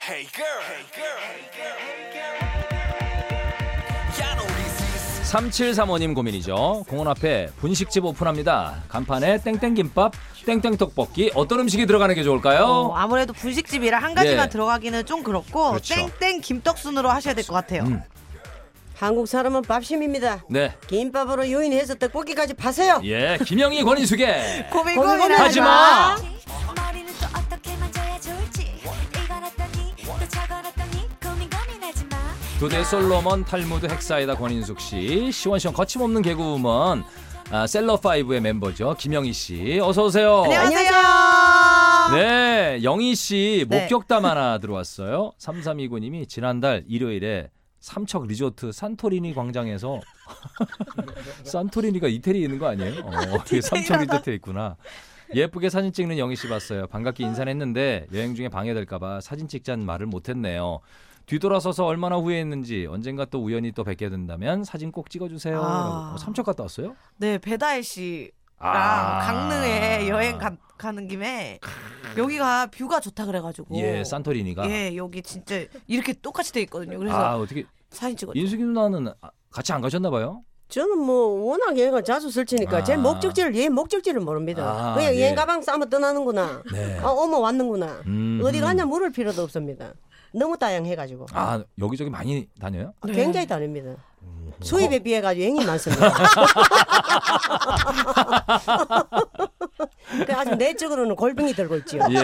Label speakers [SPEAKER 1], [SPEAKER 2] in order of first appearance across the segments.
[SPEAKER 1] Hey girl. Hey girl. 야, 너 우리 시-
[SPEAKER 2] 3735님 고민이죠. 공원 앞에 분식집 오픈합니다. 간판에 땡땡김밥, 땡땡떡볶이 어떤 음식이 들어가는 게
[SPEAKER 3] 어,
[SPEAKER 2] 좋을까요?
[SPEAKER 3] 아무래도 분식집이라 한 가지만
[SPEAKER 2] 예.
[SPEAKER 3] 들어가기는 좀 그렇고
[SPEAKER 2] 그렇죠. 음.
[SPEAKER 3] 땡땡 김떡순으로 하셔야 될 것 같아요.
[SPEAKER 4] 한국 사람은 밥심입니다.
[SPEAKER 2] 네.
[SPEAKER 4] 김밥으로 요인해서 떡볶이까지 파세요.
[SPEAKER 2] 예, 김영희 권인숙의
[SPEAKER 3] 고민
[SPEAKER 4] 고민
[SPEAKER 3] 고민
[SPEAKER 2] 하지
[SPEAKER 3] 하지
[SPEAKER 2] 마.
[SPEAKER 3] 마.
[SPEAKER 5] 머리는 또 어떻게 만져야 좋을지 이건 어떠니 또 저건 어떠니 고민 고민하지 마
[SPEAKER 2] 두대 솔로몬 탈무드 헥사이다 권인숙 씨, 시원시원 거침없는 개그우먼 아, 셀러5의 멤버죠. 김영희 씨. 어서 오세요.
[SPEAKER 3] 안녕하세요.
[SPEAKER 2] 네, 영희 씨
[SPEAKER 3] 네.
[SPEAKER 2] 목격담 하나 들어왔어요. 3329님이 지난달 일요일에 삼척 리조트 산토리니 광장에서 산토리니가 이태리에 있는 거 아니에요? 어, 어떻게 삼척 리조트에 있구나. 예쁘게 사진 찍는 영희 씨 봤어요. 반갑게 인사는 했는데 여행 중에 방해될까봐 사진 찍자는 말을 못했네요. 뒤돌아서서 얼마나 후회했는지 언젠가 또 우연히 또 뵙게 된다면 사진 꼭 찍어주세요.
[SPEAKER 3] 아.
[SPEAKER 2] 라고. 어, 삼척 갔다 왔어요?
[SPEAKER 3] 네 배다혜 씨랑
[SPEAKER 2] 아.
[SPEAKER 3] 강릉에 여행 가, 가는 김에 여기가 뷰가 좋다 그래가지고
[SPEAKER 2] 예, 산토리니가.
[SPEAKER 3] 예, 여기 진짜 이렇게 똑같이 돼 있거든요. 그래서
[SPEAKER 2] 아 어떻게
[SPEAKER 3] 사진 찍었죠.
[SPEAKER 2] 인숙이 누나는 아, 같이 안 가셨나 봐요?
[SPEAKER 4] 저는 뭐 워낙 여행을 자주 설치니까
[SPEAKER 2] 아.
[SPEAKER 4] 제 목적지를 얘 목적지를 모릅니다.
[SPEAKER 2] 아,
[SPEAKER 4] 그냥
[SPEAKER 2] 예.
[SPEAKER 4] 여행 가방 싸면 떠나는구나.
[SPEAKER 2] 네.
[SPEAKER 4] 아, 어머 왔는구나.
[SPEAKER 2] 음.
[SPEAKER 4] 어디 가냐 물을 필요도 없습니다. 너무 다양해가지고
[SPEAKER 2] 아 여기저기 많이 다녀요?
[SPEAKER 4] 굉장히 다릅니다.
[SPEAKER 2] 음. 어.
[SPEAKER 4] 수입에 비해 가지고 여행이 많습니다. 그래, 아주 내적으로는 골병이 들고 있지요.
[SPEAKER 2] 예,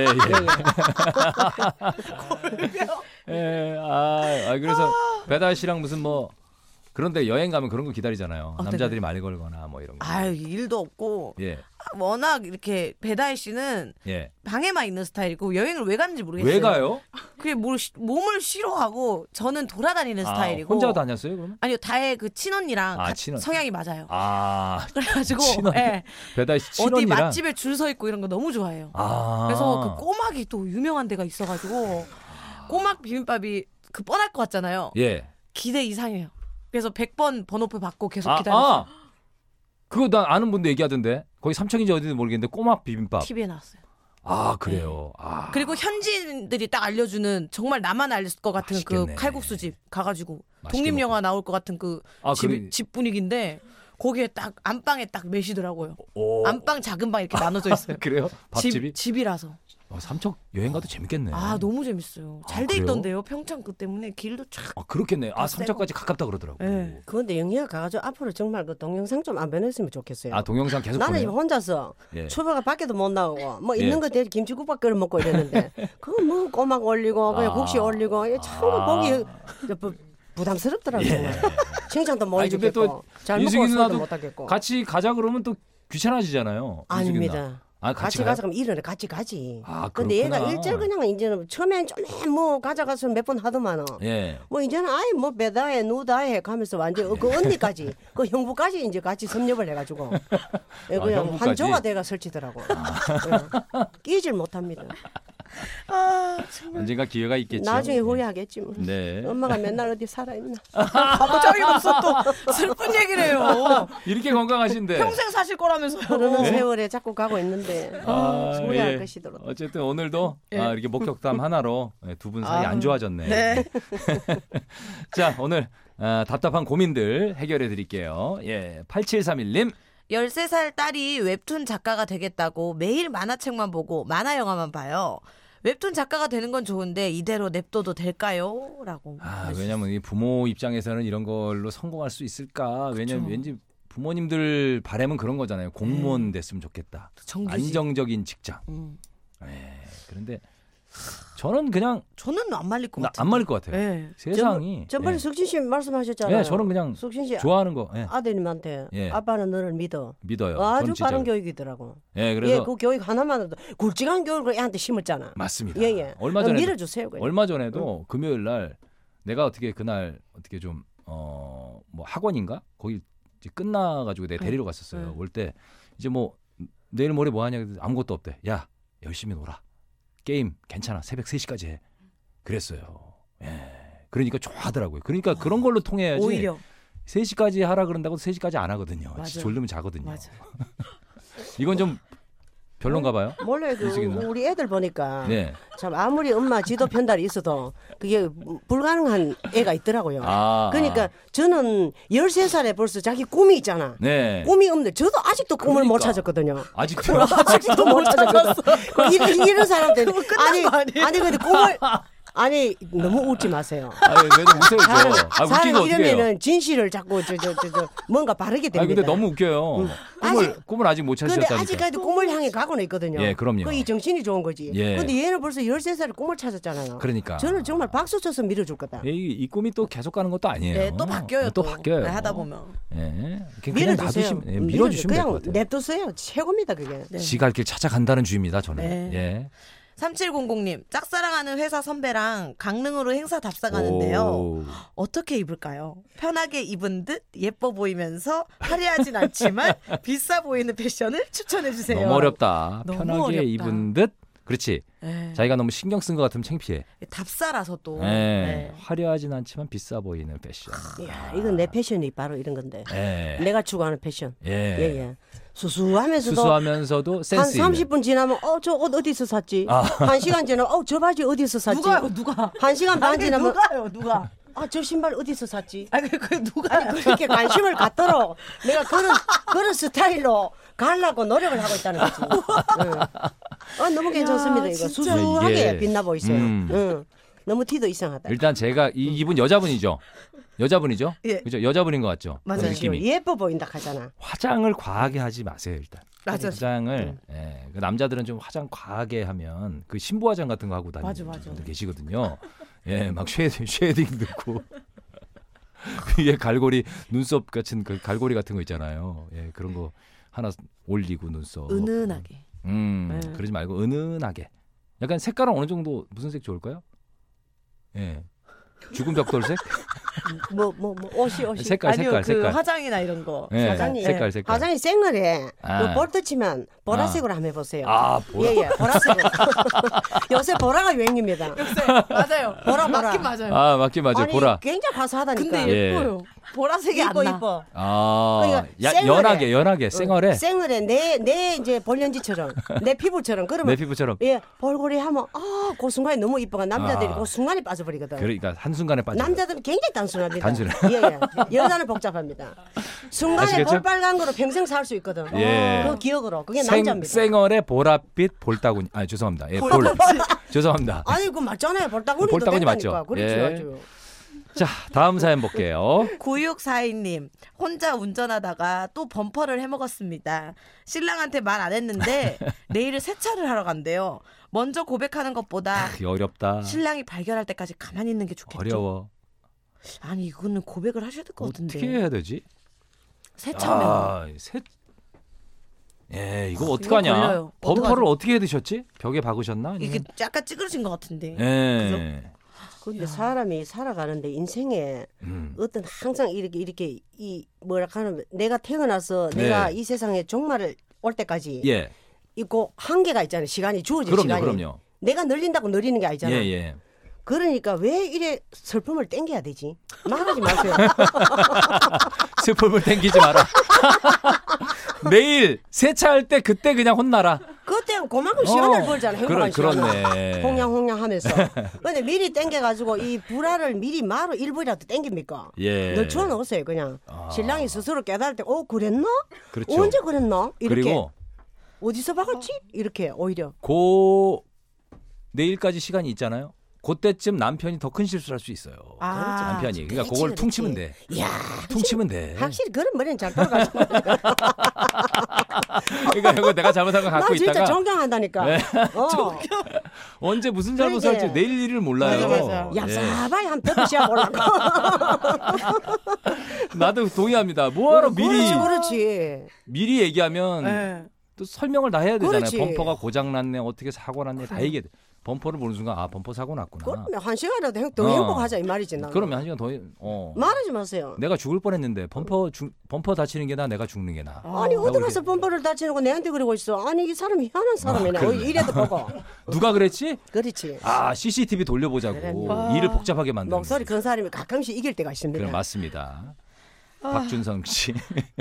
[SPEAKER 2] 예. 예, 아, 아, 그래서 배달 씨랑 무슨 뭐 그런데 여행 가면 그런 거 기다리잖아요.
[SPEAKER 3] 어떤 네.
[SPEAKER 2] 남자들이 말 걸거나 뭐 이런 거.
[SPEAKER 3] 아유 일도 없고
[SPEAKER 2] 예,
[SPEAKER 3] 워낙 이렇게 배다혜 씨는
[SPEAKER 2] 예.
[SPEAKER 3] 방에만 있는 스타일이고 여행을 왜 가는지 모르겠어요.
[SPEAKER 2] 왜 가요?
[SPEAKER 3] 그게 뭘 시- 몸을 싫어하고 저는 돌아다니는
[SPEAKER 2] 아,
[SPEAKER 3] 스타일이고
[SPEAKER 2] 혼자 다녔어요, 그러면?
[SPEAKER 3] 아니요 다혜 그 친언니랑
[SPEAKER 2] 아,
[SPEAKER 3] 같-
[SPEAKER 2] 친언니.
[SPEAKER 3] 성향이 맞아요.
[SPEAKER 2] 아,
[SPEAKER 3] 그래가지고
[SPEAKER 2] 친언니.
[SPEAKER 3] 예,
[SPEAKER 2] 배달 씨
[SPEAKER 3] 어디
[SPEAKER 2] 친언니랑.
[SPEAKER 3] 맛집에 줄 서 있고 이런 거 너무 좋아해요.
[SPEAKER 2] 아.
[SPEAKER 3] 그래서 그 꼬막이 또 유명한 데가 있어가지고 꼬막 비빔밥이 그 뻔할 것 같잖아요.
[SPEAKER 2] 예.
[SPEAKER 3] 기대 이상해요. 그래서 100번 번호표 받고 계속
[SPEAKER 2] 아,
[SPEAKER 3] 기다렸어요.
[SPEAKER 2] 아. 그거 나 아는 분도 얘기하던데. 거기 삼척인지 어디인지 모르겠는데 꼬막 비빔밥.
[SPEAKER 3] TV에 나왔어요.
[SPEAKER 2] 아, 그래요. 아.
[SPEAKER 3] 그리고 현지인들이 딱 알려주는 정말 나만 알 것 같은
[SPEAKER 2] 맛있겠네.
[SPEAKER 3] 그 칼국수 집 가가지고
[SPEAKER 2] 맛있게
[SPEAKER 3] 독립 영화 나올 것 같은 그 집
[SPEAKER 2] 아, 그래.
[SPEAKER 3] 분위기인데 거기에 딱 안방에 딱 매시더라고요.
[SPEAKER 2] 오.
[SPEAKER 3] 안방 작은 방 이렇게 나눠져 있어요.
[SPEAKER 2] 그래요? 밥집이?
[SPEAKER 3] 집 집이라서
[SPEAKER 2] 어, 삼척 여행 가도 재밌겠네.
[SPEAKER 3] 아 너무 재밌어요. 잘
[SPEAKER 2] 아,
[SPEAKER 3] 돼
[SPEAKER 2] 그래요?
[SPEAKER 3] 있던데요 평창 그 때문에 길도 쫙.
[SPEAKER 2] 아 그렇겠네. 아
[SPEAKER 3] 더
[SPEAKER 2] 삼척까지 가깝다 그러더라고.
[SPEAKER 3] 예.
[SPEAKER 4] 그런데 영희가 가가지고 앞으로 정말 그 동영상 좀 안 보냈으면 좋겠어요.
[SPEAKER 2] 아 동영상 계속
[SPEAKER 4] 나는
[SPEAKER 2] 보내요?
[SPEAKER 4] 지금 혼자서
[SPEAKER 2] 예.
[SPEAKER 4] 초보가 밖에도 못 나오고 뭐
[SPEAKER 2] 예.
[SPEAKER 4] 있는 거 대로 김치국밥 끓여 먹고 이랬는데 그거 뭐 꼬막 올리고 그냥
[SPEAKER 2] 아.
[SPEAKER 4] 국시 올리고 이거 참
[SPEAKER 2] 아. 예.
[SPEAKER 4] 보기 부- 부담스럽더라고요. 정말. 칭찬도 못
[SPEAKER 2] 아니, 근데
[SPEAKER 4] 해주겠고
[SPEAKER 2] 또
[SPEAKER 4] 잘 먹고
[SPEAKER 2] 인숙이
[SPEAKER 4] 소리도
[SPEAKER 2] 누나도
[SPEAKER 4] 못 하겠고
[SPEAKER 2] 같이 가자 그러면 또 귀찮아지잖아요. 인숙이 누나.
[SPEAKER 4] 아닙니다.
[SPEAKER 2] 아 같이,
[SPEAKER 4] 같이
[SPEAKER 2] 가요?
[SPEAKER 4] 가서 그럼 일어나 같이 가지.
[SPEAKER 2] 아,
[SPEAKER 4] 근데 얘가
[SPEAKER 2] 그렇구나.
[SPEAKER 4] 일절 그냥 이제는 처음엔 좀뭐 가자 가서 몇 번 하더만은
[SPEAKER 2] 예.
[SPEAKER 4] 뭐 이제는 아예 뭐 배다해 누다해 가면서 완전 그 언니까지 그 형부까지 이제 같이 섭렵을 해가지고 예,
[SPEAKER 2] 아,
[SPEAKER 4] 그냥
[SPEAKER 2] 형부까지? 아.
[SPEAKER 4] 환조가 돼가 설치더라고 예. 끼질 못합니다
[SPEAKER 2] 언젠가 기회가 있겠죠.
[SPEAKER 4] 나중에 후회하겠지 뭐
[SPEAKER 2] 네.
[SPEAKER 4] 엄마가 맨날 어디 살아있나
[SPEAKER 3] 갑자기 벌써 또 슬픈 얘기를 해요.
[SPEAKER 2] 이렇게 건강하신데.
[SPEAKER 3] 평생 사실
[SPEAKER 2] 어.
[SPEAKER 3] 거라면서요.
[SPEAKER 4] 흐르는 세월에 자꾸 가고 있는데
[SPEAKER 2] 네. 아,
[SPEAKER 4] 후회할
[SPEAKER 2] 예.
[SPEAKER 4] 것이더라
[SPEAKER 2] 어쨌든 오늘도
[SPEAKER 4] 예.
[SPEAKER 2] 아, 이렇게 목격담 하나로 예, 두 분 사이
[SPEAKER 3] 아.
[SPEAKER 2] 안 좋아졌네.
[SPEAKER 3] 네.
[SPEAKER 2] 자 오늘 아, 답답한 고민들 해결해 드릴게요. 예, 8731님.
[SPEAKER 3] 13살 딸이 웹툰 작가가 되겠다고 매일 만화책만 보고 만화 영화만 봐요. 웹툰 작가가 되는 건 좋은데 이대로 냅둬도 될까요? 라고.
[SPEAKER 2] 아,
[SPEAKER 3] 보내주셨어요.
[SPEAKER 2] 왜냐면 이 부모 입장에서는 이런 걸로 성공할 수 있을까? 왜냐면 왠지 부모님들 바램은 그런 거잖아요. 공무원
[SPEAKER 4] 네.
[SPEAKER 2] 됐으면 좋겠다.
[SPEAKER 3] 정규직.
[SPEAKER 2] 안정적인 직장.
[SPEAKER 3] 음.
[SPEAKER 2] 예. 그런데 저는 그냥
[SPEAKER 3] 저는 안 말릴 것
[SPEAKER 2] 나-
[SPEAKER 3] 같아요.
[SPEAKER 2] 안 맞을 것 같아요.
[SPEAKER 3] 예.
[SPEAKER 2] 세상이
[SPEAKER 4] 저번에
[SPEAKER 2] 예.
[SPEAKER 4] 숙진 씨 말씀하셨잖아요
[SPEAKER 2] 예, 저는 그냥
[SPEAKER 4] 숙진 씨
[SPEAKER 2] 좋아하는 거 예,
[SPEAKER 4] 아드님한테
[SPEAKER 2] 예.
[SPEAKER 4] 아빠는 너를 믿어
[SPEAKER 2] 믿어요.
[SPEAKER 4] 아주
[SPEAKER 2] 저는 진짜로.
[SPEAKER 4] 빠른 교육이더라고
[SPEAKER 2] 예,
[SPEAKER 4] 예,
[SPEAKER 2] 그래서
[SPEAKER 4] 그 교육 하나만으로도 굵직한 교육을 애한테 심었잖아
[SPEAKER 2] 맞습니다.
[SPEAKER 4] 예, 예.
[SPEAKER 2] 얼마
[SPEAKER 4] 그럼
[SPEAKER 2] 전에
[SPEAKER 4] 밀어주세요.
[SPEAKER 3] 네.
[SPEAKER 4] 그냥.
[SPEAKER 2] 얼마 전에도 금요일 날 내가 어떻게 그날 어떻게 좀 어 뭐 학원인가 거기 이제 끝나가지고 내 데리러 갔었어요.
[SPEAKER 3] 응.
[SPEAKER 2] 올 때 이제 뭐 내일 모레 뭐 하냐 그래서 아무것도 없대. 야 열심히 놀아. 게임 괜찮아. 새벽 3시까지 해. 그랬어요. 예. 그러니까 좋아하더라고요. 그러니까 그런 걸로 통해야지.
[SPEAKER 3] 오히려.
[SPEAKER 2] 3시까지 하라 그런다고 3시까지 안 하거든요.
[SPEAKER 3] 맞아요.
[SPEAKER 2] 졸리면 자거든요.
[SPEAKER 3] 맞아.
[SPEAKER 2] 이건 좀 별론가 봐요.
[SPEAKER 4] 몰라요. 그
[SPEAKER 2] 인식이 있나?
[SPEAKER 4] 우리 애들 보니까
[SPEAKER 2] 네.
[SPEAKER 4] 참 아무리 엄마 지도 편달이 있어도 그게 불가능한 애가 있더라고요.
[SPEAKER 2] 아,
[SPEAKER 4] 그러니까 저는 13살에 벌써 자기 꿈이 있잖아.
[SPEAKER 2] 네.
[SPEAKER 4] 꿈이 없는데 저도 아직도 꿈을 못
[SPEAKER 2] 그러니까.
[SPEAKER 4] 찾았거든요.
[SPEAKER 2] 아직도
[SPEAKER 4] 아직도 못 찾았어. 이런, 이런 사람들 아니 아니 근데 꿈을 아니 너무 웃지 마세요.
[SPEAKER 2] 아니, 왜좀 웃어요,
[SPEAKER 4] 사람
[SPEAKER 2] 저. 아, 웃긴
[SPEAKER 4] 사람
[SPEAKER 2] 거 어떻게 해요?
[SPEAKER 4] 이러면은 진실을 자꾸 저 저 저 저 뭔가 바르게 됩니다.
[SPEAKER 2] 아니, 근데 너무 웃겨요. 꿈을,
[SPEAKER 4] 아직-
[SPEAKER 2] 꿈을 아직 못
[SPEAKER 4] 근데
[SPEAKER 2] 찾으셨다니까.
[SPEAKER 4] 아직까지도 꿈을 향해 가고는 있거든요.
[SPEAKER 2] 예, 그럼요.
[SPEAKER 4] 그이 정신이 좋은 거지.
[SPEAKER 2] 예.
[SPEAKER 4] 근데 얘는 벌써 13살에 꿈을 찾았잖아요.
[SPEAKER 2] 그러니까. 예,
[SPEAKER 4] 저는 정말 박수 쳐서 밀어줄 거다.
[SPEAKER 2] 이, 이 꿈이 또 계속 가는 것도 아니에요.
[SPEAKER 3] 네, 또 바뀌어요.
[SPEAKER 2] 또, 바뀌어요.
[SPEAKER 3] 네, 하다 보면.
[SPEAKER 2] 예. 그냥
[SPEAKER 4] 밀어주세요.
[SPEAKER 2] 놔두시면, 예,
[SPEAKER 4] 밀어주-
[SPEAKER 2] 밀어주시면 될 것
[SPEAKER 4] 그냥 네.
[SPEAKER 2] 같아요.
[SPEAKER 4] 냅두세요. 최고입니다 그게.
[SPEAKER 2] 지갈 길 찾아간다는 주의입니다, 저는.
[SPEAKER 3] 네.
[SPEAKER 2] 예.
[SPEAKER 3] 3700님, 짝사랑하는 회사 선배랑 강릉으로 행사 답사가는데요.
[SPEAKER 2] 오.
[SPEAKER 3] 어떻게 입을까요? 편하게 입은 듯 예뻐 보이면서 화려하진 않지만 비싸 보이는 패션을 추천해 주세요.
[SPEAKER 2] 너무 어렵다.
[SPEAKER 3] 네, 너무
[SPEAKER 2] 편하게
[SPEAKER 3] 어렵다.
[SPEAKER 2] 입은 듯. 그렇지.
[SPEAKER 3] 예,
[SPEAKER 2] 자기가 너무 신경 쓴 것 같으면 창피해.
[SPEAKER 3] 답사라서 또.
[SPEAKER 2] 예.
[SPEAKER 3] 네.
[SPEAKER 2] 화려하진 않지만 비싸 보이는 패션.
[SPEAKER 4] 이야, 이건 내 패션이 바로 이런 건데.
[SPEAKER 2] 예.
[SPEAKER 4] 내가 추구하는 패션.
[SPEAKER 2] 예.
[SPEAKER 4] 예, 예. 수수하면서도
[SPEAKER 2] 수수하면서도
[SPEAKER 4] 한
[SPEAKER 2] 센스 있는.
[SPEAKER 4] 30분 지나면 어 저 옷 어디서 샀지?
[SPEAKER 2] 아.
[SPEAKER 4] 한 시간 지나면 어 저 바지 어디서 샀지?
[SPEAKER 3] 누가요, 누가?
[SPEAKER 4] 한 시간 반
[SPEAKER 3] 아니,
[SPEAKER 4] 지나면
[SPEAKER 3] 누가요, 누가?
[SPEAKER 4] 아 저 신발 어디서 샀지?
[SPEAKER 3] 아니, 그 누가?
[SPEAKER 4] 아니 그렇게 관심을 갖도록 내가 그런 그런 스타일로 가려고 노력을 하고 있다는 거지. 응. 어, 너무 괜찮습니다
[SPEAKER 3] 야,
[SPEAKER 4] 이거
[SPEAKER 3] 진짜.
[SPEAKER 4] 수수하게
[SPEAKER 2] 이게-
[SPEAKER 4] 빛나 보이세요.
[SPEAKER 2] 예, 음.
[SPEAKER 4] 응. 너무 티도 이상하다.
[SPEAKER 2] 일단 제가 이, 이분 여자분이죠. 여자분이죠.
[SPEAKER 3] 음. 예.
[SPEAKER 2] 그죠. 여자분인 것 같죠. 그
[SPEAKER 3] 맞아요.
[SPEAKER 2] 느낌이.
[SPEAKER 4] 예뻐 보인다 하잖아.
[SPEAKER 2] 화장을 과하게 하지 마세요 일단.
[SPEAKER 3] 맞아. 음.
[SPEAKER 2] 화장을 예, 그 남자들은 좀 화장 과하게 하면 그 신부 화장 같은 거 하고 다니는
[SPEAKER 3] 맞아, 맞아.
[SPEAKER 2] 분들 계시거든요. 예, 막 쉐딩 쉐딩 넣고 위에 갈고리 눈썹 같은 그 갈고리 같은 거 있잖아요. 예, 그런 거 하나 올리고 눈썹.
[SPEAKER 3] 은은하게.
[SPEAKER 2] 음,
[SPEAKER 3] 네.
[SPEAKER 2] 그러지 말고 은은하게. 약간 색깔은 어느 정도 무슨 색 좋을까요? 예. 죽은 벽돌색?
[SPEAKER 4] 뭐 뭐 뭐 옷이 옷이
[SPEAKER 2] 색깔
[SPEAKER 3] 아니요,
[SPEAKER 2] 색깔
[SPEAKER 3] 그
[SPEAKER 2] 색깔.
[SPEAKER 3] 화장이나 이런 거.
[SPEAKER 2] 예,
[SPEAKER 4] 화장이-
[SPEAKER 2] 색깔 색깔.
[SPEAKER 4] 화장이 생을 해.
[SPEAKER 2] 아.
[SPEAKER 4] 그 볼트치면 보라색으로 한번 해보세요.
[SPEAKER 2] 아, 보라.
[SPEAKER 4] 예, 예, 보라색으로. 요새 보라가 유행입니다.
[SPEAKER 3] 요새 맞아요.
[SPEAKER 4] 보라, 보라.
[SPEAKER 3] 맞긴 네. 맞아요.
[SPEAKER 2] 아, 맞긴 맞아.
[SPEAKER 4] 아니, 그
[SPEAKER 2] 보라.
[SPEAKER 4] 굉장히 화사하다니까.
[SPEAKER 3] 근데
[SPEAKER 2] 예.
[SPEAKER 3] 예뻐요. 보라색이 안
[SPEAKER 4] 이뻐
[SPEAKER 3] 나.
[SPEAKER 4] 이뻐.
[SPEAKER 2] 아,
[SPEAKER 4] 그러니까
[SPEAKER 2] 야,
[SPEAKER 4] 생얼에.
[SPEAKER 2] 연하게 연하게 네, 생얼에
[SPEAKER 4] 어, 생얼에 내, 내 이제 볼년지처럼 내 피부처럼 그러면
[SPEAKER 2] 내 피부처럼.
[SPEAKER 4] 예 볼고리 하면 아그 순간에 너무 이뻐가 남자들이
[SPEAKER 2] 아.
[SPEAKER 4] 그 순간에 빠져버리거든.
[SPEAKER 2] 그러니까 한 순간에 빠져.
[SPEAKER 4] 남자들은 굉장히 단순합니다.
[SPEAKER 2] 단순해.
[SPEAKER 4] 예, 예. 여자는 복잡합니다. 순간에
[SPEAKER 2] 아시겠죠?
[SPEAKER 4] 볼빨간 거로 평생 살 수 있거든.
[SPEAKER 2] 예.
[SPEAKER 4] 그 기억으로 그게
[SPEAKER 2] 생,
[SPEAKER 4] 남자입니다.
[SPEAKER 2] 생얼에 보랏빛 볼따구니. 아, 죄송합니다. 예, 볼. 죄송합니다.
[SPEAKER 4] 아니 그 맞잖아요. 볼따구니도
[SPEAKER 2] 볼따구니
[SPEAKER 4] 됐다니까.
[SPEAKER 2] 맞죠?
[SPEAKER 4] 그렇죠.
[SPEAKER 2] 예.
[SPEAKER 4] 아주.
[SPEAKER 2] 자, 다음 사연 볼게요.
[SPEAKER 3] 9642님, 혼자 운전하다가 또 범퍼를 해먹었습니다. 신랑한테 말 안 했는데, 내일은 세차를 하러 간대요. 먼저 고백하는 것보다
[SPEAKER 2] 어렵다.
[SPEAKER 3] 신랑이 발견할 때까지 가만히 있는 게 좋겠죠.
[SPEAKER 2] 어려워.
[SPEAKER 3] 아니, 이거는 고백을 하셔야 될 것 같은데.
[SPEAKER 2] 어떻게 해야 되지?
[SPEAKER 3] 세차면.
[SPEAKER 2] 아, 셋. 예, 이거 어떡하냐?
[SPEAKER 3] 걸려요.
[SPEAKER 2] 범퍼를
[SPEAKER 3] 어떡하지?
[SPEAKER 2] 어떻게 드셨지? 벽에 박으셨나? 아니면-
[SPEAKER 3] 이게 약간 찌그러진 것 같은데.
[SPEAKER 2] 예.
[SPEAKER 4] 근데 사람이 살아가는데 인생에
[SPEAKER 2] 음.
[SPEAKER 4] 어떤 항상 이렇게 이렇게 이 뭐랄까 하면 내가 태어나서
[SPEAKER 2] 네.
[SPEAKER 4] 내가 이 세상에 종말을 올 때까지
[SPEAKER 2] 예.
[SPEAKER 4] 있고 한계가 있잖아요. 시간이 주어진
[SPEAKER 2] 그럼요,
[SPEAKER 4] 시간이.
[SPEAKER 2] 그럼요.
[SPEAKER 4] 내가 늘린다고 늘리는 게
[SPEAKER 2] 예,
[SPEAKER 4] 아니잖아.
[SPEAKER 2] 예.
[SPEAKER 4] 그러니까 왜 이래 슬픔을 땡겨야 되지? 말하지 마세요.
[SPEAKER 2] 슬픔을 땡기지 마라. 매일 세차할 때 그때 그냥 혼나라.
[SPEAKER 4] 그때 그만큼 시간을
[SPEAKER 2] 어,
[SPEAKER 4] 벌잖아.
[SPEAKER 2] 그러,
[SPEAKER 4] 행복한 시간을.
[SPEAKER 2] 그렇네.
[SPEAKER 4] 홍양홍양 하면서. 근데 미리 땡겨가지고 이 불화를 미리 마루 일부라도 땡깁니까?
[SPEAKER 2] 예.
[SPEAKER 4] 넣쳐 넣으세요 그냥.
[SPEAKER 2] 아.
[SPEAKER 4] 신랑이 스스로 깨달을 때, 어 그랬나?
[SPEAKER 2] 그렇죠.
[SPEAKER 4] 언제 그랬나? 이렇게
[SPEAKER 2] 그리고
[SPEAKER 4] 어디서 박았지? 이렇게 오히려.
[SPEAKER 2] 고 내일까지 시간이 있잖아요. 그때쯤 남편이 더 큰 실수를 할 수 있어요.
[SPEAKER 3] 아,
[SPEAKER 2] 남편이. 그러니까
[SPEAKER 4] 그렇지,
[SPEAKER 2] 그걸
[SPEAKER 4] 그렇지.
[SPEAKER 2] 퉁치면 돼.
[SPEAKER 4] 이야,
[SPEAKER 2] 퉁치면 돼.
[SPEAKER 4] 확실히 그런 머리는 잘 돌아가지고.
[SPEAKER 2] 그러니까 이거 내가 잘못한 거
[SPEAKER 4] 나
[SPEAKER 2] 갖고
[SPEAKER 4] 진짜
[SPEAKER 2] 있다가
[SPEAKER 4] 존경한다니까.
[SPEAKER 2] 네.
[SPEAKER 4] 어.
[SPEAKER 2] 언제 무슨 잘못을
[SPEAKER 4] 그러게.
[SPEAKER 2] 할지 내일 일을 몰라요.
[SPEAKER 3] 맞아, 맞아.
[SPEAKER 4] 야,
[SPEAKER 2] 예.
[SPEAKER 4] 사바이 한 벽지야 몰라.
[SPEAKER 2] 나도 동의합니다. 뭐하러 미리
[SPEAKER 4] 그렇지, 그렇지.
[SPEAKER 2] 미리 얘기하면
[SPEAKER 3] 예.
[SPEAKER 2] 또 설명을 다 해야 되잖아요.
[SPEAKER 4] 그렇지.
[SPEAKER 2] 범퍼가 고장 났네, 어떻게 사고 났네 다 얘기해. 범퍼를 보는 순간 아 범퍼 사고 났구나.
[SPEAKER 4] 그러면 한 시간이라도 행, 더
[SPEAKER 2] 어.
[SPEAKER 4] 행복하자 이 말이지 나.
[SPEAKER 2] 그러면 한 시간 더. 해- 어.
[SPEAKER 4] 말하지 마세요.
[SPEAKER 2] 내가 죽을 뻔했는데 범퍼 죽 범퍼 다치는 게 나, 내가 죽는 게 나.
[SPEAKER 4] 아니 어디
[SPEAKER 2] 나오게.
[SPEAKER 4] 가서 범퍼를 다치는 거 내한테 그러고 있어. 아니 이 사람 희한한 사람이네. 어, 이래도 보고.
[SPEAKER 2] 누가 그랬지?
[SPEAKER 4] 그렇지.
[SPEAKER 2] 아 네. CCTV 돌려보자고
[SPEAKER 4] 뭐- 그래. 뭐.
[SPEAKER 2] 일을 복잡하게 만드는.
[SPEAKER 4] 목소리
[SPEAKER 2] 거지.
[SPEAKER 4] 큰 사람이 가끔씩 이길 때가 있습니다.
[SPEAKER 2] 그럼 맞습니다.
[SPEAKER 4] 아.
[SPEAKER 2] 박준성 씨.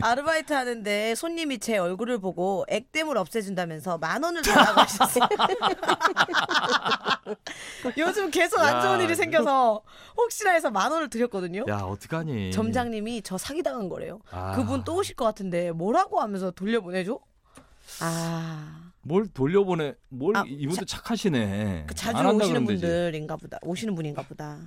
[SPEAKER 3] 아르바이트 하는데 손님이 제 얼굴을 보고 액땜을 없애준다면서 만 원을 달라고 하셨어요. 요즘 계속 안 좋은
[SPEAKER 2] 야.
[SPEAKER 3] 일이 생겨서 혹시나 해서 만 원을 드렸거든요.
[SPEAKER 2] 야 어떡하니?
[SPEAKER 3] 점장님이 저 사기당한 거래요.
[SPEAKER 2] 아.
[SPEAKER 3] 그분 또 오실 것 같은데 뭐라고 하면서 돌려보내줘? 아,
[SPEAKER 2] 뭘 돌려보내? 뭘
[SPEAKER 3] 아,
[SPEAKER 2] 이분도 착하시네.
[SPEAKER 3] 그 자주
[SPEAKER 2] 예, 안 한다
[SPEAKER 3] 오시는
[SPEAKER 2] 그러면 되지.
[SPEAKER 3] 분들인가 보다. 오시는 분인가 보다.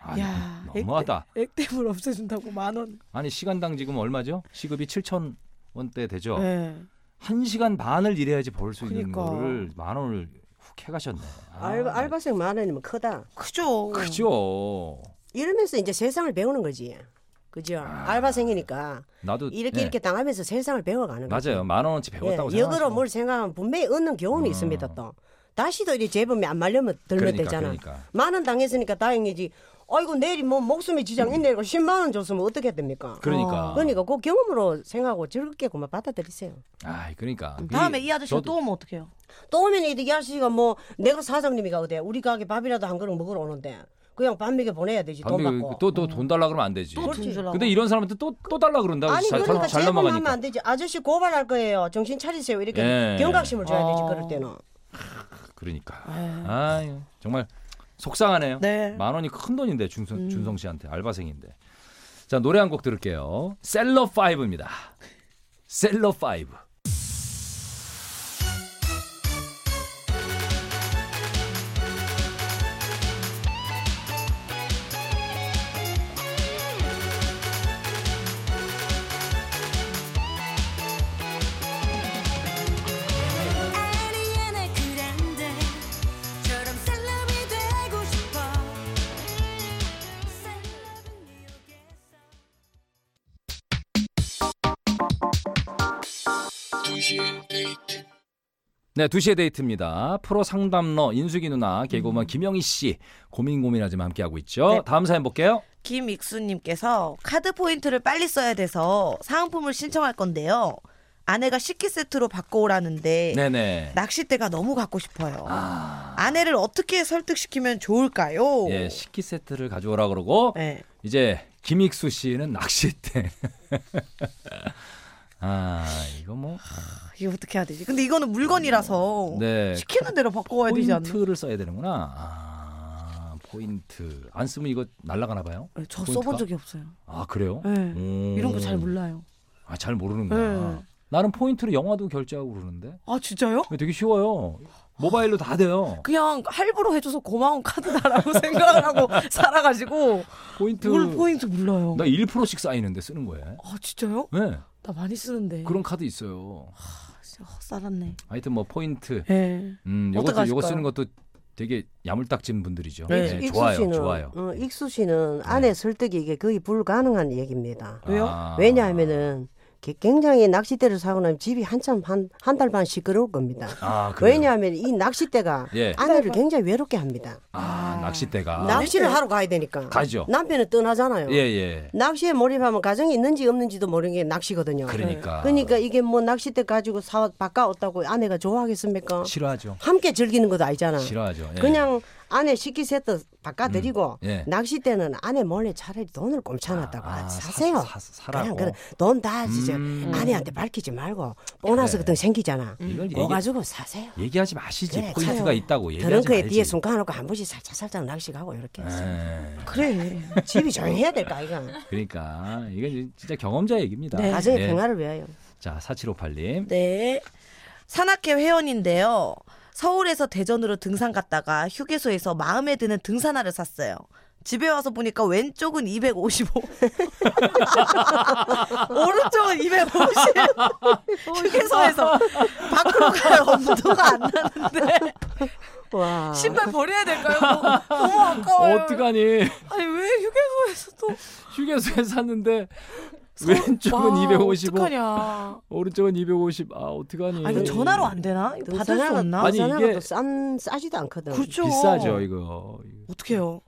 [SPEAKER 2] 아니,
[SPEAKER 3] 야,
[SPEAKER 2] 너무하다.
[SPEAKER 3] 액땜을 없애준다고 만 원.
[SPEAKER 2] 아니 시간당 지금 얼마죠? 시급이 7천 원대 되죠.
[SPEAKER 3] 네.
[SPEAKER 2] 한 시간 반을 일해야지 벌 수 있는
[SPEAKER 3] 그러니까.
[SPEAKER 2] 거를 만 원을 훅 해가셨네. 아,
[SPEAKER 4] 알, 알바생 만 원이면 크다.
[SPEAKER 3] 크죠.
[SPEAKER 2] 그죠.
[SPEAKER 4] 이러면서 이제 세상을 배우는 거지. 그죠? 알바생이니까
[SPEAKER 2] 나도 아.
[SPEAKER 4] 이렇게
[SPEAKER 2] 예,
[SPEAKER 4] 이렇게 당하면서 세상을 배워가는 거지.
[SPEAKER 2] 맞아요. 만 원어치 배웠다고
[SPEAKER 4] 예, 역으로
[SPEAKER 2] 생각하시고. 음.
[SPEAKER 4] 뭘 생각하면 분명히 얻는 교훈이 있습니다 또. 다시도 이제 재범이 안 말려면 들면
[SPEAKER 2] 그러니까,
[SPEAKER 4] 되잖아.
[SPEAKER 2] 그러니까.
[SPEAKER 4] 만 원 당했으니까 다행이지. 아이고 내일이 뭐 목숨에 지장 있네. 이거 10만 원 줬으면 어떻게 됩니까?
[SPEAKER 2] 그러니까.
[SPEAKER 4] 그러니까 그 경험으로 생각하고 즐겁게 그만 받아들이세요.
[SPEAKER 2] 아, 그러니까.
[SPEAKER 3] 다음에
[SPEAKER 2] 이-
[SPEAKER 3] 이 아저씨
[SPEAKER 2] 저도-
[SPEAKER 3] 또 오면 어떡해요?
[SPEAKER 4] 또 오면 이 아저씨가 뭐 내가 사장님이가 그래 우리 가게 밥이라도 한 그릇 먹으러 오는데 그냥 밥 먹여 보내야 되지 돈
[SPEAKER 2] 담배
[SPEAKER 4] 받고.
[SPEAKER 2] 그
[SPEAKER 4] 어.
[SPEAKER 2] 또또 돈 달라 그러면 안 되지.
[SPEAKER 3] 또돈 주려고.
[SPEAKER 2] 근데 이런 사람한테 또 또 달라 그런다.
[SPEAKER 4] 아니
[SPEAKER 2] 잘,
[SPEAKER 4] 그러니까
[SPEAKER 2] 잘
[SPEAKER 4] 재범하면
[SPEAKER 2] 넘어가니까.
[SPEAKER 4] 안 되지. 아저씨 고발할 거예요. 정신 차리세요. 이렇게
[SPEAKER 2] 예.
[SPEAKER 4] 경각심을 줘야 되지
[SPEAKER 3] 어.
[SPEAKER 4] 그럴 때는.
[SPEAKER 2] 그러니까. 아, 정말 속상하네요.
[SPEAKER 3] 네.
[SPEAKER 2] 만 원이 큰 돈인데 준성,
[SPEAKER 4] 음.
[SPEAKER 2] 준성 씨한테 알바생인데. 자, 노래 한 곡 들을게요. 셀러 5입니다. 셀러 5.
[SPEAKER 5] 아리아나 그란데처럼 셀럽이 되고 싶어 셀럽은 뉴욕에서
[SPEAKER 2] 네, 2시의 데이트입니다. 프로 상담러 인숙이 누나, 개그우먼 김영희 씨 고민 고민하지만 함께 하고 있죠.
[SPEAKER 3] 음. 네.
[SPEAKER 2] 다음 사연 볼게요.
[SPEAKER 3] 김익수님께서 카드 포인트를 빨리 써야 돼서 사은품을 신청할 건데요. 아내가 식기 세트로 바꿔오라는데
[SPEAKER 2] 네, 네.
[SPEAKER 3] 낚싯대가 너무 갖고 싶어요. 아... 내를 어떻게 설득시키면 좋을까요?
[SPEAKER 2] 예, 식기 세트를 가져오라 그러고
[SPEAKER 3] 네.
[SPEAKER 2] 이제 김익수 씨는 낚싯대. 아, 이거 뭐
[SPEAKER 3] 이거 어떻게 해야 되지? 근데 이거는 물건이라서
[SPEAKER 2] 네.
[SPEAKER 3] 시키는 대로 바꿔야 되지 않나?
[SPEAKER 2] 포인트를 써야 되는구나. 아, 포인트. 안 쓰면 이거 날아가나 봐요.
[SPEAKER 3] 네, 저
[SPEAKER 2] 포인트가?
[SPEAKER 3] 써본 적이 없어요.
[SPEAKER 2] 아, 그래요?
[SPEAKER 3] 네.
[SPEAKER 2] 오.
[SPEAKER 3] 이런 거 잘 몰라요.
[SPEAKER 2] 아, 잘 모르는구나.
[SPEAKER 3] 네.
[SPEAKER 2] 나는 포인트로 영화도 결제하고 그러는데.
[SPEAKER 3] 아 진짜요?
[SPEAKER 2] 되게 쉬워요. 모바일로 다 돼요.
[SPEAKER 3] 그냥 할부로 해줘서 고마운 카드다라고 생각을 하고 살아가지고
[SPEAKER 2] 포인트.
[SPEAKER 3] 뭘 포인트 몰라요.
[SPEAKER 2] 나 1%씩 쌓이는데 쓰는 거예요.
[SPEAKER 3] 아 진짜요?
[SPEAKER 2] 네.
[SPEAKER 3] 나 많이 쓰는데.
[SPEAKER 2] 그런 카드 있어요.
[SPEAKER 3] 진짜 헛살았네.
[SPEAKER 2] 하여튼 뭐 포인트.
[SPEAKER 3] 예.
[SPEAKER 2] 음, 요것도
[SPEAKER 3] 어떡하실까요?
[SPEAKER 2] 요거 쓰는 것도 되게 야물딱진 분들이죠.
[SPEAKER 3] 네.
[SPEAKER 2] 네,
[SPEAKER 4] 익수
[SPEAKER 2] 좋아요.
[SPEAKER 4] 씨는,
[SPEAKER 2] 좋아요. 네.
[SPEAKER 4] 어, 익수 씨는 아내 설득이 이게 거의 불가능한 얘기입니다.
[SPEAKER 3] 왜요?
[SPEAKER 2] 아.
[SPEAKER 4] 왜냐하면은 게- 굉장히 낚싯대를 사고 나면 집이 한참 한 한 달 반 시끄러울 겁니다.
[SPEAKER 2] 아, 그래요?
[SPEAKER 4] 왜냐하면 이 낚싯대가
[SPEAKER 2] 예.
[SPEAKER 4] 아내를 굉장히 외롭게 합니다.
[SPEAKER 2] 아, 낚싯대가.
[SPEAKER 4] 낚시를 하러 가야 되니까.
[SPEAKER 2] 가죠.
[SPEAKER 4] 남편은 떠나잖아요.
[SPEAKER 2] 예, 예.
[SPEAKER 4] 낚시에 몰입하면 가정이 있는지 없는지도 모르는 게 낚시거든요.
[SPEAKER 2] 그러니까.
[SPEAKER 4] 그러니까 이게 뭐 낚싯대 가지고 사 바꿔왔다고 아내가 좋아하겠습니까?
[SPEAKER 2] 싫어하죠.
[SPEAKER 4] 함께 즐기는 것도 아니잖아.
[SPEAKER 2] 싫어하죠. 예.
[SPEAKER 4] 음. 그냥 아내 식기 세트 바꿔드리고
[SPEAKER 2] 음, 예.
[SPEAKER 4] 낚싯대는 아내 몰래 차라리 돈을 꼼쳐놨다고
[SPEAKER 2] 아,
[SPEAKER 4] 아,
[SPEAKER 2] 사-
[SPEAKER 4] 사세요.
[SPEAKER 2] 사- 사- 사라고.
[SPEAKER 4] 그냥 돈다 진짜
[SPEAKER 2] 음.
[SPEAKER 4] 아내한테 밝히지 말고 보너스
[SPEAKER 2] 그래.
[SPEAKER 4] 같은 거 생기잖아.
[SPEAKER 2] 이걸 얘기-
[SPEAKER 4] 그거 가지고 사세요.
[SPEAKER 2] 얘기하지 마시지.
[SPEAKER 4] 음. 그래,
[SPEAKER 2] 포인트가
[SPEAKER 4] 차요.
[SPEAKER 2] 있다고 얘기하지
[SPEAKER 4] 드렁크에
[SPEAKER 2] 말지.
[SPEAKER 4] 뒤에 숨가놓고 한 번씩 살짝살짝 낚시 가고 이렇게
[SPEAKER 2] 예.
[SPEAKER 3] 그래.
[SPEAKER 4] 집이 조용해야 될까 아이가.
[SPEAKER 2] 그러니까 이건 이제 진짜 경험자 얘기입니다.
[SPEAKER 4] 나중에
[SPEAKER 2] 예.
[SPEAKER 4] 평화를 네, 위하여.
[SPEAKER 2] 자, 4758님.
[SPEAKER 3] 네. 산악회 회원인데요. 서울에서 대전으로 등산 갔다가 휴게소에서 마음에 드는 등산화를 샀어요. 집에 와서 보니까 왼쪽은 255, 오른쪽은 250. 휴게소에서 밖으로 갈 엄두가 안 나는데
[SPEAKER 4] 와.
[SPEAKER 3] 신발 버려야 될까요? 너무, 너무 아까워요.
[SPEAKER 2] 아. 어떡하니?
[SPEAKER 3] 아니 왜 휴게소에서 또
[SPEAKER 2] 휴게소에 샀는데 왼쪽은
[SPEAKER 3] 와,
[SPEAKER 2] 255,
[SPEAKER 3] 어떡하냐.
[SPEAKER 2] 오른쪽은 250. 아, 어떡하니?
[SPEAKER 3] 아 이거 전화로 안 되나? 이거 받을 수 없나?
[SPEAKER 2] 아니,
[SPEAKER 4] 아니
[SPEAKER 2] 이게-
[SPEAKER 4] 이게 싼 싸지도 않거든.
[SPEAKER 3] 그렇죠.
[SPEAKER 2] 비싸죠, 이거.
[SPEAKER 3] 어떡해요?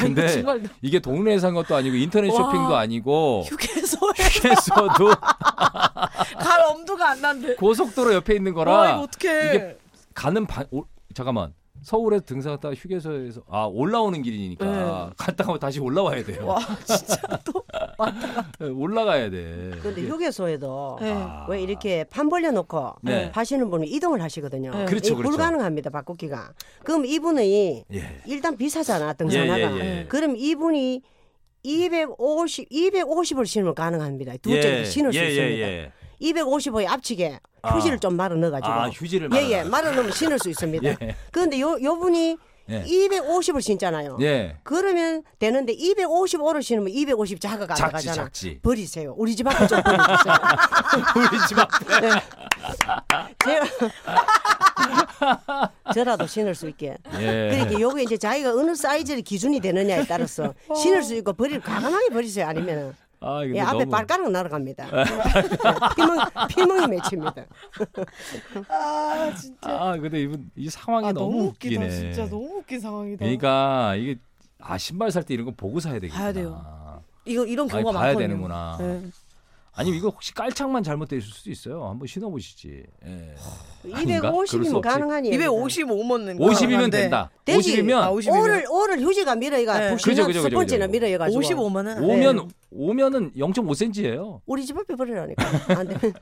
[SPEAKER 2] 근데
[SPEAKER 3] 이거 정말 너무-
[SPEAKER 2] 이게 동네에 산 것도 아니고 인터넷
[SPEAKER 3] 와.
[SPEAKER 2] 쇼핑도 아니고
[SPEAKER 3] 휴게소에
[SPEAKER 2] 휴게소도
[SPEAKER 3] 갈 엄두가 안 난대.
[SPEAKER 2] 고속도로 옆에 있는 거라
[SPEAKER 3] 와 이거 어떡해.
[SPEAKER 2] 이게 가는 반 오, 잠깐만. 서울에서 등산하다가 휴게소에서 아 올라오는 길이니까 갔다가 다시 올라와야 돼요.
[SPEAKER 3] 와 네. 진짜 또
[SPEAKER 2] 올라가야 돼.
[SPEAKER 4] 근데 휴게소에도
[SPEAKER 3] 네.
[SPEAKER 2] 아.
[SPEAKER 4] 왜 이렇게 판 벌려놓고
[SPEAKER 2] 네.
[SPEAKER 4] 하시는 분은 이동을 하시거든요.
[SPEAKER 3] 네.
[SPEAKER 2] 그렇죠,
[SPEAKER 4] 이게
[SPEAKER 2] 그렇죠.
[SPEAKER 4] 불가능합니다 바꾸기가. 그럼 이분이
[SPEAKER 2] 예.
[SPEAKER 4] 일단 비싸잖아 등산화가.
[SPEAKER 2] 예, 예, 예.
[SPEAKER 4] 그럼 이분이 250 250을 신으면 가능합니다. 두
[SPEAKER 2] 예.
[SPEAKER 4] 째 신을 수 있습니다. 250의 앞치게
[SPEAKER 2] 아.
[SPEAKER 4] 휴지를 좀 말아 넣어가지고.
[SPEAKER 2] 아, 휴지를
[SPEAKER 4] 예, 예,
[SPEAKER 2] 말아가지고.
[SPEAKER 4] 말아 넣으면 신을 수 있습니다.
[SPEAKER 2] 예.
[SPEAKER 4] 그런데 요, 요 분이
[SPEAKER 2] 예.
[SPEAKER 4] 250을 신잖아요.
[SPEAKER 2] 예.
[SPEAKER 4] 그러면 되는데 255를 신으면 250 작아가 안
[SPEAKER 2] 작지,
[SPEAKER 4] 나가잖아.
[SPEAKER 2] 작지.
[SPEAKER 4] 버리세요. 우리 집 앞에 좀 버리세요.
[SPEAKER 2] 우리 집 앞.
[SPEAKER 4] 네. 제- 저라도 신을 수 있게.
[SPEAKER 2] 예.
[SPEAKER 4] 그러니까 요게 이제 자기가 어느 사이즈의 기준이 되느냐에 따라서 신을 수 있고 버릴 가능하게 버리세요. 아니면은
[SPEAKER 2] 아, 근데
[SPEAKER 4] 예, 앞에
[SPEAKER 2] 너무- 네.
[SPEAKER 4] 발가락 날아갑니다. 피멍 피멍이 맺힙니다.
[SPEAKER 6] 아 진짜.
[SPEAKER 2] 아, 근데 이분 이 상황이
[SPEAKER 6] 아,
[SPEAKER 2] 너무, 웃기네.
[SPEAKER 6] 웃기다. 진짜 너무 웃긴 상황이다.
[SPEAKER 2] 그러니까 이게 아 신발 살 때 이런 거 보고 사야 되겠구나.
[SPEAKER 3] 봐야 돼요. 이거 이런
[SPEAKER 2] 아니,
[SPEAKER 3] 경우가
[SPEAKER 2] 봐야
[SPEAKER 3] 많거든요.
[SPEAKER 2] 되는구나.
[SPEAKER 3] 네.
[SPEAKER 2] 아니 이거 혹시 깔창만 잘못돼 있을 수도 있어요. 한번 신어보시지. 예. 아닌가? 그럴 수
[SPEAKER 4] 250이면
[SPEAKER 2] 없지.
[SPEAKER 4] 가능하니.
[SPEAKER 3] 255면
[SPEAKER 2] 50이면 된다.
[SPEAKER 4] 되지.
[SPEAKER 2] 50이면
[SPEAKER 3] 아, 50이면?
[SPEAKER 4] 오를 오를 휴지가 밀어이가
[SPEAKER 3] 네.
[SPEAKER 2] 그죠,
[SPEAKER 4] 혹시나
[SPEAKER 2] 그죠, 그죠,
[SPEAKER 4] 스펀지나
[SPEAKER 2] 그죠.
[SPEAKER 4] 밀어여가지고
[SPEAKER 3] 55만은
[SPEAKER 2] 오면 오면은 0.5cm예요.
[SPEAKER 4] 우리 집 앞에 버리라니까 아, 네. 안 돼.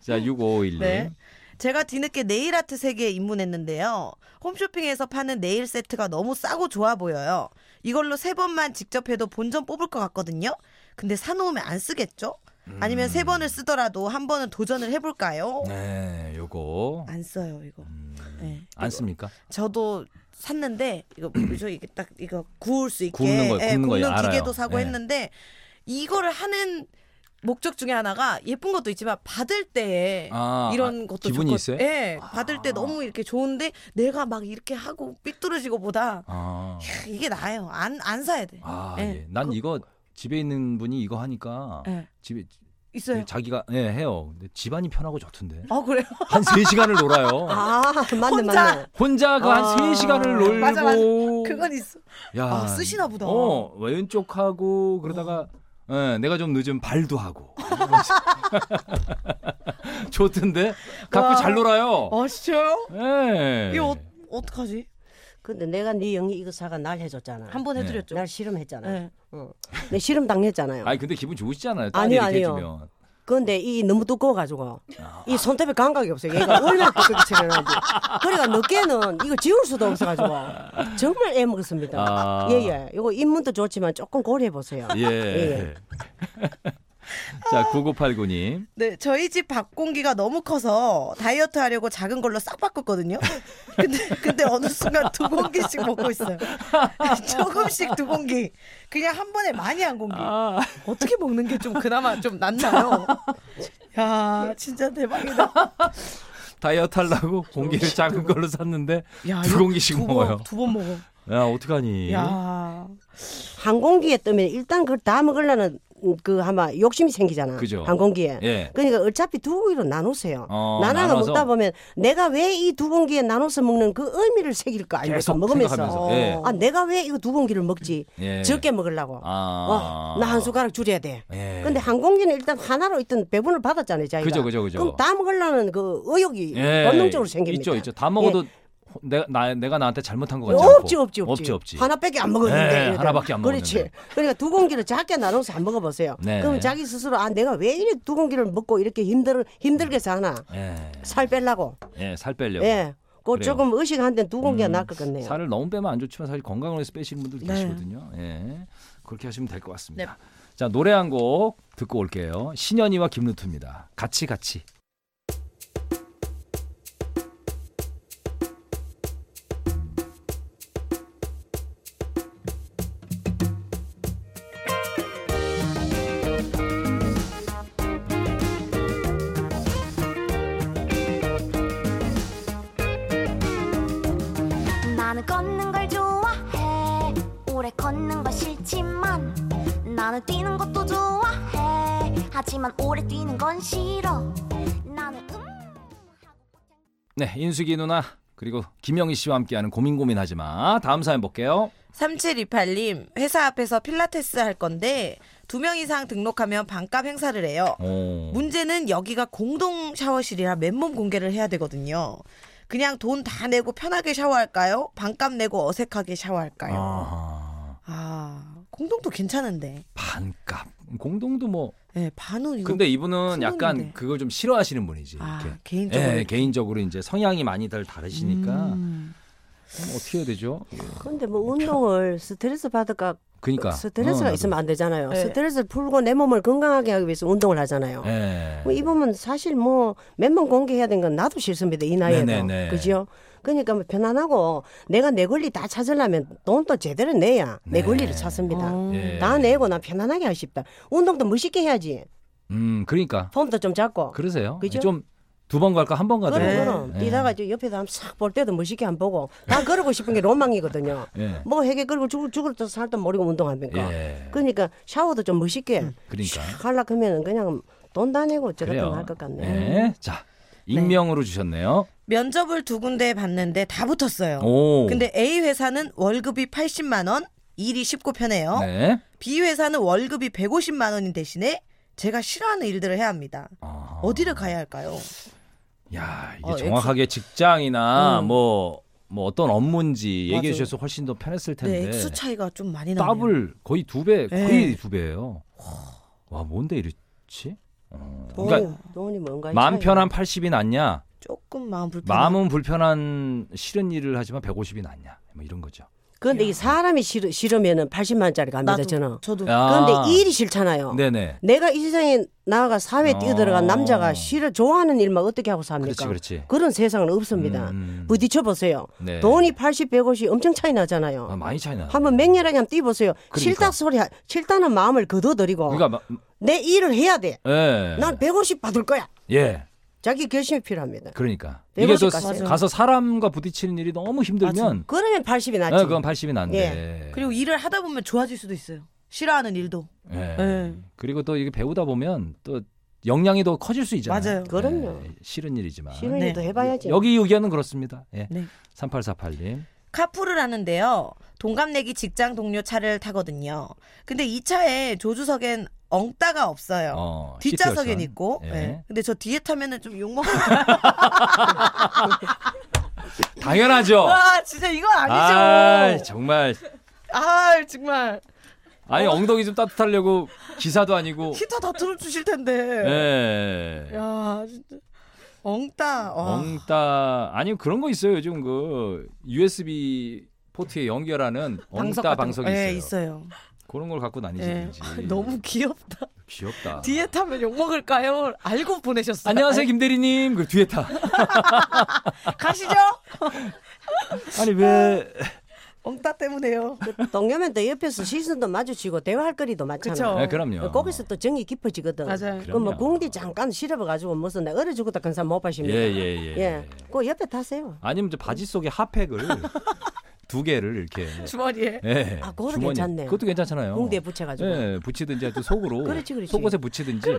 [SPEAKER 2] 자 6551님.
[SPEAKER 3] 네. 제가 뒤늦게 네일 아트 세계에 입문했는데요. 홈쇼핑에서 파는 네일 세트가 너무 싸고 좋아 보여요. 이걸로 세 번만 직접 해도 본전 뽑을 것 같거든요. 근데 사놓으면 안 쓰겠죠? 아니면 세 번을 쓰더라도 한 번은 도전을 해볼까요?
[SPEAKER 2] 음. 네, 음. 요거
[SPEAKER 3] 안 써요 이거. 네.
[SPEAKER 2] 안 씁니까?
[SPEAKER 3] 저도 샀는데 이거 저 이게 딱 이거 구울 수 있게
[SPEAKER 2] 굽는 거예요,
[SPEAKER 3] 예,
[SPEAKER 2] 굽는 거예요. 알아요.
[SPEAKER 3] 기계도 사고
[SPEAKER 2] 예.
[SPEAKER 3] 했는데 이거를 하는 목적 중에 하나가 예쁜 것도 있지만 받을 때에
[SPEAKER 2] 아,
[SPEAKER 3] 이런
[SPEAKER 2] 아,
[SPEAKER 3] 것도
[SPEAKER 2] 기분이
[SPEAKER 3] 좋고,
[SPEAKER 2] 있어요? 아.
[SPEAKER 3] 예, 받을 때 너무 이렇게 좋은데 내가 막 이렇게 하고 삐뚤어지고보다
[SPEAKER 2] 아,
[SPEAKER 3] 캬, 이게 나아요. 안 안 사야 돼.
[SPEAKER 2] 아
[SPEAKER 3] 예.
[SPEAKER 2] 예. 난 이거 집에 있는 분이 이거 하니까
[SPEAKER 3] 예.
[SPEAKER 2] 집에
[SPEAKER 3] 있어요.
[SPEAKER 2] 자기가 예 해요. 근데 집안이 편하고 좋던데.
[SPEAKER 3] 아 그래요?
[SPEAKER 2] 한3 시간을 놀아요.
[SPEAKER 4] 아 맞네 맞네.
[SPEAKER 2] 혼자 그 한
[SPEAKER 4] 아,
[SPEAKER 2] 3시간을 놀고
[SPEAKER 3] 맞아, 맞아. 그건 있어.
[SPEAKER 2] 야,
[SPEAKER 3] 아, 쓰시나 보다. 어.
[SPEAKER 2] 어, 왼쪽하고 그러다가 예, 내가 좀 늦으면 발도 하고. 좋던데? 갖고 잘 놀아요.
[SPEAKER 3] 아 진짜요?
[SPEAKER 2] 예.
[SPEAKER 3] 이거 어, 어떡하지?
[SPEAKER 4] 근데 내가 네 영희 이거 사가 날 해줬잖아.
[SPEAKER 3] 한
[SPEAKER 2] 네.
[SPEAKER 3] 번 해드렸죠.
[SPEAKER 4] 날 실험했잖아.
[SPEAKER 3] 네.
[SPEAKER 4] 어. 내 실험 당했잖아요.
[SPEAKER 2] 아니 근데 기분 좋으시잖아요.
[SPEAKER 4] 아니요,
[SPEAKER 2] 아니, 아니요.
[SPEAKER 4] 아니요.
[SPEAKER 2] 주면.
[SPEAKER 4] 근데 이 너무 두꺼워가지고
[SPEAKER 2] 아.
[SPEAKER 4] 이 손톱에 감각이 없어요. 얘가 얼마나 두껍게 채려는지 그러니까 늦게는 이거 지울 수도 없어가지고 정말 애
[SPEAKER 2] 아.
[SPEAKER 4] 먹었습니다. 예예. 이거 입문도 좋지만 조금 고려해 보세요.
[SPEAKER 2] 예. 자, 9989님.
[SPEAKER 6] 네, 저희 집 밥공기가 너무 커서 다이어트 하려고 작은 걸로 싹 바꿨거든요. 근데 근데 어느 순간 두 공기씩 먹고 있어요. 조금씩 두 공기. 그냥 한 번에 많이 한 공기.
[SPEAKER 2] 아,
[SPEAKER 6] 어떻게 먹는 게 좀 그나마 좀 낫나요? 야, 진짜 대박이다.
[SPEAKER 2] 다이어트 하려고
[SPEAKER 3] 아,
[SPEAKER 2] 공기를 작은 걸로 샀는데
[SPEAKER 6] 야,
[SPEAKER 2] 두 공기씩 먹어요. 예.
[SPEAKER 6] 두 번 먹어.
[SPEAKER 2] 야, 어떡하니?
[SPEAKER 6] 야.
[SPEAKER 4] 항공기에 뜨면 일단 그걸 다 먹으려는 그 아마 욕심이 생기잖아.
[SPEAKER 2] 그죠.
[SPEAKER 4] 항공기에.
[SPEAKER 2] 예.
[SPEAKER 4] 그러니까 어차피 두 공기로 나누세요.
[SPEAKER 2] 어,
[SPEAKER 4] 나눠가
[SPEAKER 2] 나눠서.
[SPEAKER 4] 먹다 보면 내가 왜 이 두 공기에 나눠서 먹는 그 의미를 새길 거 아닙니까?
[SPEAKER 2] 계속
[SPEAKER 4] 먹으면서.
[SPEAKER 2] 생각하면서. 예.
[SPEAKER 4] 아, 내가 왜 이거 두 공기를 먹지?
[SPEAKER 2] 예.
[SPEAKER 4] 적게 먹으려고.
[SPEAKER 2] 아.
[SPEAKER 4] 어, 나 한 숟가락 줄여야 돼.
[SPEAKER 2] 예.
[SPEAKER 4] 근데 항공기는 일단 하나로 일단 배분을 받았잖아요, 자기가.
[SPEAKER 2] 그죠, 그죠, 그죠.
[SPEAKER 4] 그럼 다 먹으려는 그 의욕이
[SPEAKER 2] 예,
[SPEAKER 4] 본능적으로 생깁니다.
[SPEAKER 2] 있죠, 있죠. 다
[SPEAKER 4] 예. 어,
[SPEAKER 2] 먹어도 호- 내가 나 내가 나한테 잘못한 것 같지 않고.
[SPEAKER 4] 없지, 없지, 없지.
[SPEAKER 2] 없지, 없지.
[SPEAKER 4] 하나밖에 안 먹었는데.
[SPEAKER 2] 네,
[SPEAKER 4] 이러다.
[SPEAKER 2] 하나밖에 안
[SPEAKER 4] 그렇지.
[SPEAKER 2] 먹었는데.
[SPEAKER 4] 그러니까 두 공기를 작게 나눠서 안 먹어보세요.
[SPEAKER 2] 네.
[SPEAKER 4] 그럼 자기 스스로 아 내가 왜 이렇게 두 공기를 먹고 이렇게 힘들 힘들게 사나
[SPEAKER 2] 예,
[SPEAKER 4] 살 빼려고.
[SPEAKER 2] 예, 살 빼려고.
[SPEAKER 4] 예. 그
[SPEAKER 2] 그래요. 음.
[SPEAKER 4] 조금 의식한데 두 공기가 나을 것 같네요.
[SPEAKER 2] 살을 너무 빼면 안 좋지만 사실 건강을 위해서 빼시는 분들
[SPEAKER 4] 네.
[SPEAKER 2] 계시거든요. 예, 그렇게 하시면 될 것 같습니다. 자 노래 한 곡 듣고 올게요. 신현이와 김루트입니다. 같이 같이.
[SPEAKER 5] 나는 걷는 걸 좋아해 오래 걷는 거 싫지만 나는 뛰는 것도 좋아해 하지만 오래 뛰는 건 싫어 나는 음 하고 보통
[SPEAKER 2] 네, 인숙이 누나 그리고 김영희 씨와 함께하는 고민 고민하지 마. 다음 사연 볼게요.
[SPEAKER 3] 3728님, 회사 앞에서 필라테스 할 건데, 두 명 이상 등록하면 반값 행사를 해요.
[SPEAKER 2] 오.
[SPEAKER 3] 문제는 여기가 공동 샤워실이라 맨몸 공개를 해야 되거든요. 그냥 돈 다 내고 편하게 샤워할까요? 반값 내고 어색하게 샤워할까요? 아,
[SPEAKER 2] 아,
[SPEAKER 3] 공동도 괜찮은데.
[SPEAKER 2] 반값. 공동도 뭐.
[SPEAKER 3] 예, 반은 이거.
[SPEAKER 2] 근데 이분은 약간
[SPEAKER 3] 큰돈인데.
[SPEAKER 2] 그걸 좀 싫어하시는 분이지.
[SPEAKER 3] 아,
[SPEAKER 2] 이렇게.
[SPEAKER 3] 개인적으로.
[SPEAKER 2] 예, 개인적으로 이제 성향이 많이들 다르시니까
[SPEAKER 3] 음.
[SPEAKER 2] 뭐 어떻게 해야 되죠?
[SPEAKER 4] 근데 뭐 운동을 스트레스 받을까
[SPEAKER 2] 그러니까
[SPEAKER 4] 스트레스가 있으면 안 되잖아요.
[SPEAKER 3] 네.
[SPEAKER 4] 스트레스를 풀고 내 몸을 건강하게 하기 위해서 운동을 하잖아요.
[SPEAKER 2] 예.
[SPEAKER 4] 뭐 이보면 사실 뭐 몇 번 공개해야 되는 건 나도 싫습니다 이 나이에도
[SPEAKER 2] 네네네.
[SPEAKER 4] 그죠? 그러니까 뭐 편안하고 내가 내 권리 다 찾으려면 돈도 제대로 내야 내
[SPEAKER 2] 네.
[SPEAKER 4] 권리를 찾습니다.
[SPEAKER 2] 예.
[SPEAKER 4] 다 내고 나 편안하게 하고 싶다. 운동도 멋있게 해야지.
[SPEAKER 2] 음, 그러니까
[SPEAKER 4] 폼도 좀 잡고.
[SPEAKER 2] 그러세요. 예,
[SPEAKER 4] 그죠?
[SPEAKER 2] 좀 두 번 갈까 한 번 가든.
[SPEAKER 4] 그럼 그럼
[SPEAKER 2] 네.
[SPEAKER 4] 이다가 이제 옆에서 한번 싹 볼 때도 멋있게 안 보고 나 걸고 싶은 게 로망이거든요.
[SPEAKER 2] 예.
[SPEAKER 4] 뭐 해게 걸고 죽을 죽을도 살도 모르고 운동합니까?
[SPEAKER 2] 예.
[SPEAKER 4] 그러니까 샤워도 좀 멋있게
[SPEAKER 2] 그러니까.
[SPEAKER 4] 샥 하려 그러면 그냥 돈 다 내고
[SPEAKER 2] 그래요.
[SPEAKER 4] 어쩌다 할것 같네.
[SPEAKER 2] 예. 자, 익명으로 주셨네요.
[SPEAKER 3] 면접을 두 군데 봤는데 다 붙었어요.
[SPEAKER 2] 오.
[SPEAKER 3] 근데 A 회사는 월급이 80만 원, 일이 쉽고 편해요.
[SPEAKER 2] 네.
[SPEAKER 3] B 회사는 월급이 150만 원인 대신에 제가 싫어하는 일들을 해야 합니다.
[SPEAKER 2] 아.
[SPEAKER 3] 어디를 가야 할까요?
[SPEAKER 2] 야, 이게
[SPEAKER 3] 어,
[SPEAKER 2] 정확하게 직장이나 뭐, 뭐 어떤 업무인지 얘기해 주셔서 훨씬 더 편했을
[SPEAKER 3] 네,
[SPEAKER 2] 텐데.
[SPEAKER 3] 액수 차이가 좀 많이 나네요.
[SPEAKER 2] 더블 거의 두 배,
[SPEAKER 3] 네.
[SPEAKER 2] 거의 두 배예요. 와, 뭔데 이렇지? 어.
[SPEAKER 4] 돈이,
[SPEAKER 2] 그러니까
[SPEAKER 4] 돈이 뭔가
[SPEAKER 2] 마음
[SPEAKER 4] 차이가.
[SPEAKER 2] 편한 80이 낫냐?
[SPEAKER 3] 조금 마음 불편.
[SPEAKER 2] 마음은 불편한 싫은 일을 하지만 150이 낫냐? 뭐 이런 거죠.
[SPEAKER 4] 그런데 이 사람이 싫, 싫으면은 80만 원짜리 갑니다
[SPEAKER 3] 나도
[SPEAKER 4] 저는.
[SPEAKER 3] 저도
[SPEAKER 4] 그런데
[SPEAKER 2] 아.
[SPEAKER 4] 일이 싫잖아요.
[SPEAKER 2] 네네.
[SPEAKER 4] 내가 이 세상에 나아가 사회에 뛰어들어간
[SPEAKER 2] 어.
[SPEAKER 4] 남자가 싫어 좋아하는 일만 어떻게 하고 삽니까?
[SPEAKER 2] 그렇지, 그렇지.
[SPEAKER 4] 런 세상은 없습니다.
[SPEAKER 2] 음.
[SPEAKER 4] 부딪혀 보세요.
[SPEAKER 2] 네.
[SPEAKER 4] 돈이 80, 150 엄청 차이 나잖아요.
[SPEAKER 2] 아, 많이 차이 나.
[SPEAKER 4] 한번 맹렬하게 한번 뛰어보세요.
[SPEAKER 2] 그러니까.
[SPEAKER 4] 싫다 소리, 하- 싫다는 마음을 거둬들이고
[SPEAKER 2] 그러니까 마-
[SPEAKER 4] 내 일을 해야 돼.
[SPEAKER 2] 예.
[SPEAKER 4] 난 150 받을 거야.
[SPEAKER 2] 예.
[SPEAKER 4] 자기 결심이 필요합니다.
[SPEAKER 2] 그러니까 이게
[SPEAKER 4] 배고프니까
[SPEAKER 2] 또
[SPEAKER 4] 맞아요.
[SPEAKER 2] 가서 사람과 부딪히는 일이 너무 힘들면
[SPEAKER 4] 그러면 80이 낫지.
[SPEAKER 2] 예, 그건 80이 예. 난데.
[SPEAKER 3] 그리고 일을 하다 보면 좋아질 수도 있어요. 싫어하는 일도.
[SPEAKER 2] 예.
[SPEAKER 3] 예.
[SPEAKER 2] 그리고 또 이게 배우다 보면 또 역량이 더 커질 수 있잖아요.
[SPEAKER 3] 맞아요.
[SPEAKER 4] 그럼요.
[SPEAKER 2] 예, 싫은 일이지만.
[SPEAKER 4] 싫은
[SPEAKER 3] 네.
[SPEAKER 4] 일도 해봐야지.
[SPEAKER 2] 여기 의견은 그렇습니다. 예.
[SPEAKER 3] 네.
[SPEAKER 2] 3848님.
[SPEAKER 3] 카풀을 하는데요. 동갑내기 직장 동료 차를 타거든요. 근데 이 차에 조주석엔 엉따가 없어요.
[SPEAKER 2] 어,
[SPEAKER 3] 뒷좌석엔
[SPEAKER 2] 시트열선.
[SPEAKER 3] 있고.
[SPEAKER 2] 예.
[SPEAKER 3] 예. 근데 저 뒤에 타면은 좀 욕먹어.
[SPEAKER 2] 당연하죠.
[SPEAKER 3] 와, 진짜 이건
[SPEAKER 2] 아,
[SPEAKER 3] 아니죠.
[SPEAKER 2] 정말
[SPEAKER 3] 아, 정말. 어.
[SPEAKER 2] 아니 엉덩이 좀 따뜻하려고 기사도 아니고
[SPEAKER 3] 기타 다 틀어주실 텐데.
[SPEAKER 2] 예.
[SPEAKER 3] 야, 진짜. 엉따. 와.
[SPEAKER 2] 엉따 아니 그런 거 있어요 요즘 그 USB 포트에 연결하는 엉따
[SPEAKER 3] 같은
[SPEAKER 2] 방석이
[SPEAKER 3] 거.
[SPEAKER 2] 있어요.
[SPEAKER 3] 예, 있어요.
[SPEAKER 2] 그런 걸 갖고
[SPEAKER 3] 예.
[SPEAKER 2] 다니시는지
[SPEAKER 3] 너무 귀엽다.
[SPEAKER 2] 귀엽다.
[SPEAKER 3] 뒤에 아, 타면 욕먹을까요? 알고 보내셨어요.
[SPEAKER 2] 안녕하세요 김 대리님 그 뒤에 타.
[SPEAKER 3] 네. 가시죠.
[SPEAKER 2] 아니 왜
[SPEAKER 3] 엉따 때문에요.
[SPEAKER 4] 그 동료면 또 옆에서 시선도 마주치고 대화할 거리도 많잖아.
[SPEAKER 3] 그쵸.
[SPEAKER 2] 네, 그럼요.
[SPEAKER 4] 거기서 또 정이 깊어지거든.
[SPEAKER 3] 맞아요.
[SPEAKER 4] 그럼 뭐
[SPEAKER 2] 그럼요.
[SPEAKER 4] 공디 잠깐 실어가지고 무슨 나 어려 죽었다 큰 사람 못
[SPEAKER 2] 예,
[SPEAKER 4] 파십니다.
[SPEAKER 2] 예, 예.
[SPEAKER 4] 예. 그 옆에 타세요.
[SPEAKER 2] 아니면 저 바지 속에 핫팩을 두 개를 이렇게
[SPEAKER 3] 주머니에.
[SPEAKER 2] 예.
[SPEAKER 4] 아, 그거는
[SPEAKER 2] 주머니.
[SPEAKER 4] 괜찮네요.
[SPEAKER 2] 그것도 괜찮잖아요.
[SPEAKER 4] 공대에 붙여가지고.
[SPEAKER 2] 예, 붙이든지 또 속으로
[SPEAKER 4] 그렇지, 그렇지.
[SPEAKER 2] 속옷에 붙이든지.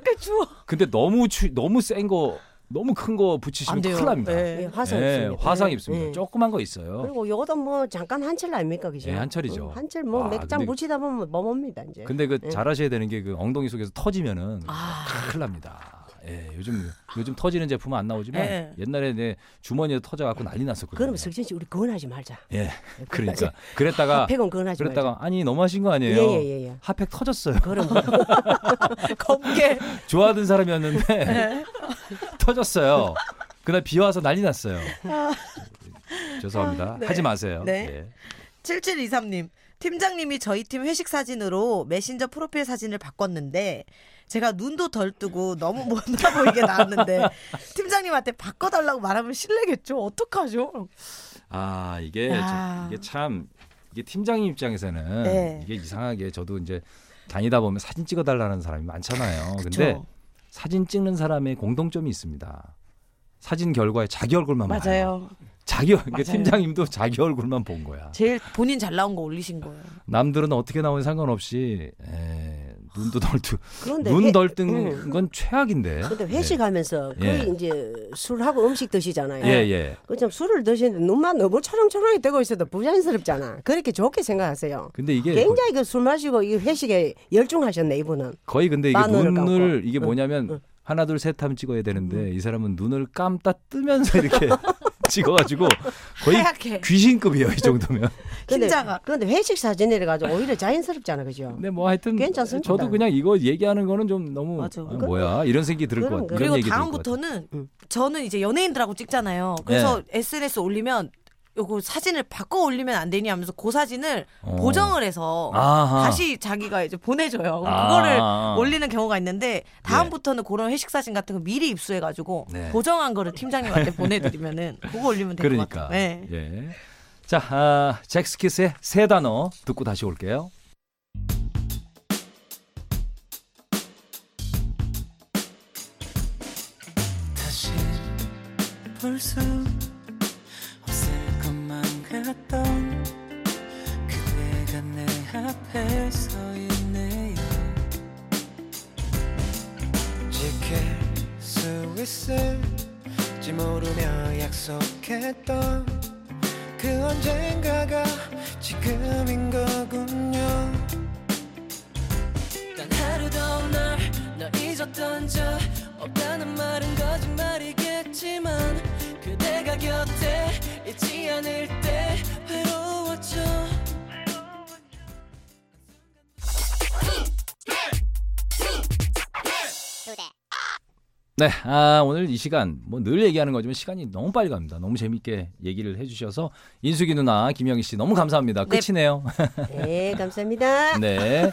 [SPEAKER 2] 근데 너무 추, 너무 센 거, 너무 큰 거 붙이시면
[SPEAKER 3] 안 돼요.
[SPEAKER 2] 큰일 납니다.
[SPEAKER 3] 예.
[SPEAKER 4] 예, 화상
[SPEAKER 2] 예,
[SPEAKER 4] 입습니다.
[SPEAKER 2] 화상
[SPEAKER 4] 예.
[SPEAKER 2] 입습니다.
[SPEAKER 4] 예.
[SPEAKER 2] 조그만 거 있어요.
[SPEAKER 4] 그리고 요것도 뭐 잠깐 한철 아닙니까 그죠?
[SPEAKER 2] 예, 한철이죠.
[SPEAKER 4] 응, 한철 뭐
[SPEAKER 2] 아,
[SPEAKER 4] 맥 맥장
[SPEAKER 2] 근데-
[SPEAKER 4] 붙이다 보면 뭐 뭡니다 이제.
[SPEAKER 2] 근데 그
[SPEAKER 4] 예. 아.
[SPEAKER 2] 잘하셔야 되는 게 그 엉덩이 속에서 터지면은 큰일 납니다. 예, 요즘 요즘 터지는 제품은 안 나오지만
[SPEAKER 3] 예.
[SPEAKER 2] 옛날에 내 주머니에 터져 갖고 난리 났었거든요.
[SPEAKER 4] 그럼 석진 씨 우리 건하지 말자.
[SPEAKER 2] 예. 그러니까 그랬다가
[SPEAKER 4] 핫팩은 건하지
[SPEAKER 2] 그랬다가
[SPEAKER 4] 말자.
[SPEAKER 2] 아니 너무 하신 거 아니에요?
[SPEAKER 4] 예, 예, 예, 예.
[SPEAKER 2] 핫팩 터졌어요.
[SPEAKER 4] 그럼
[SPEAKER 3] 검게.
[SPEAKER 2] 좋아하던 사람이었는데 터졌어요. 그날 비 와서 난리 났어요. 죄송합니다. 하지 마세요. 예.
[SPEAKER 3] 네. 7723님. 팀장님이 저희 팀 회식 사진으로 메신저 프로필 사진을 바꿨는데 제가 눈도 덜 뜨고 너무 못나 보이게 나왔는데 팀장님한테 바꿔달라고 말하면 실례겠죠? 어떡하죠?
[SPEAKER 2] 아 이게
[SPEAKER 3] 야.
[SPEAKER 2] 저- 이게 참 이게 팀장님 입장에서는
[SPEAKER 3] 네.
[SPEAKER 2] 이게 이상하게 저도 이제 다니다 보면 사진 찍어달라는 사람이 많잖아요. 근데 사진 찍는 사람의 공통점이 있습니다. 사진 결과에 자기 얼굴만 봐요.
[SPEAKER 3] 맞아요.
[SPEAKER 2] 자기 얼-
[SPEAKER 3] 맞아요.
[SPEAKER 2] 그러니까 팀장님도 자기 얼굴만 본 거야.
[SPEAKER 3] 제일 본인 잘 나온 거 올리신 거예요.
[SPEAKER 2] 남들은 어떻게 나오는 상관없이 에, 눈도 덜뜨
[SPEAKER 4] 그런데 회- 음.
[SPEAKER 2] 눈덜뜬건 최악인데.
[SPEAKER 4] 근데 회식하면서 거의
[SPEAKER 2] 아, 예.
[SPEAKER 4] 이제 술하고 음식 드시잖아요.
[SPEAKER 2] 예 예.
[SPEAKER 4] 그좀 술을 드시는데 눈만 너무 초롱초롱하게 뜨고 있어도 부자연스럽잖아. 그렇게 좋게 생각하세요.
[SPEAKER 2] 근데 이게 뭐
[SPEAKER 4] 굉장히 그 술 마시고 이 회식에 열중하셨네 이분은.
[SPEAKER 2] 거의 근데 이게
[SPEAKER 4] 마늘을
[SPEAKER 2] 눈을
[SPEAKER 4] 감고.
[SPEAKER 2] 이게 뭐냐면 하나 둘 셋 하면 찍어야 되는데 이 사람은 눈을 감다 뜨면서 이렇게 찍어가지고 거의
[SPEAKER 3] 하얗게.
[SPEAKER 2] 귀신급이에요 이 정도면.
[SPEAKER 4] 근데,
[SPEAKER 3] 흰자가.
[SPEAKER 4] 그런데 회식 사진이라 가지고 오히려 자연스럽잖아, 그죠?
[SPEAKER 2] 근데 뭐 하여튼
[SPEAKER 4] 괜찮습니다.
[SPEAKER 2] 저도 그냥 이거 얘기하는 거는 좀 너무
[SPEAKER 3] 맞아.
[SPEAKER 2] 아, 뭐야 이런 생각이 들을 것
[SPEAKER 4] 그런
[SPEAKER 2] 같아요. 이런
[SPEAKER 4] 거예요.
[SPEAKER 3] 그리고
[SPEAKER 2] 얘기 들을 것 같아요. 네.
[SPEAKER 3] 다음부터는 저는 이제 연예인들하고 찍잖아요. 그래서 SNS 올리면 요거 사진을 바꿔 올리면 안 되니 하면서 그 사진을
[SPEAKER 2] 어.
[SPEAKER 3] 보정을 해서
[SPEAKER 2] 아하.
[SPEAKER 3] 다시 자기가 이제 보내줘요. 그럼
[SPEAKER 2] 아.
[SPEAKER 3] 그거를 올리는 경우가 있는데 다음부터는 그런 회식 사진 같은 거 미리 입수해가지고
[SPEAKER 2] 네.
[SPEAKER 3] 보정한 거를 팀장님한테 보내드리면은 그거 올리면 될 것
[SPEAKER 2] 그러니까
[SPEAKER 3] 같아요. 네.
[SPEAKER 2] 예. 자 아, 잭스키스의 세 단어 듣고 다시 올게요.
[SPEAKER 1] 다시 볼 수 없을 것만 같던 그대가 내 앞에 서 있네요 지킬 수 있을지 모르며 약속했던 그 언젠가가 지금인 거군요 단 하루도 날널 잊었던 적 없다는 말은 거짓말이겠지만 그대가 곁에 있지 않을 때 외로웠죠
[SPEAKER 2] 네, 아, 오늘 이 시간 뭐 늘 얘기하는 거지만 시간이 너무 빨리 갑니다. 너무 재밌게 얘기를 해주셔서 인숙이 누나, 김영희 씨 너무 감사합니다. 끝이네요.
[SPEAKER 4] 네, 감사합니다.
[SPEAKER 2] 네,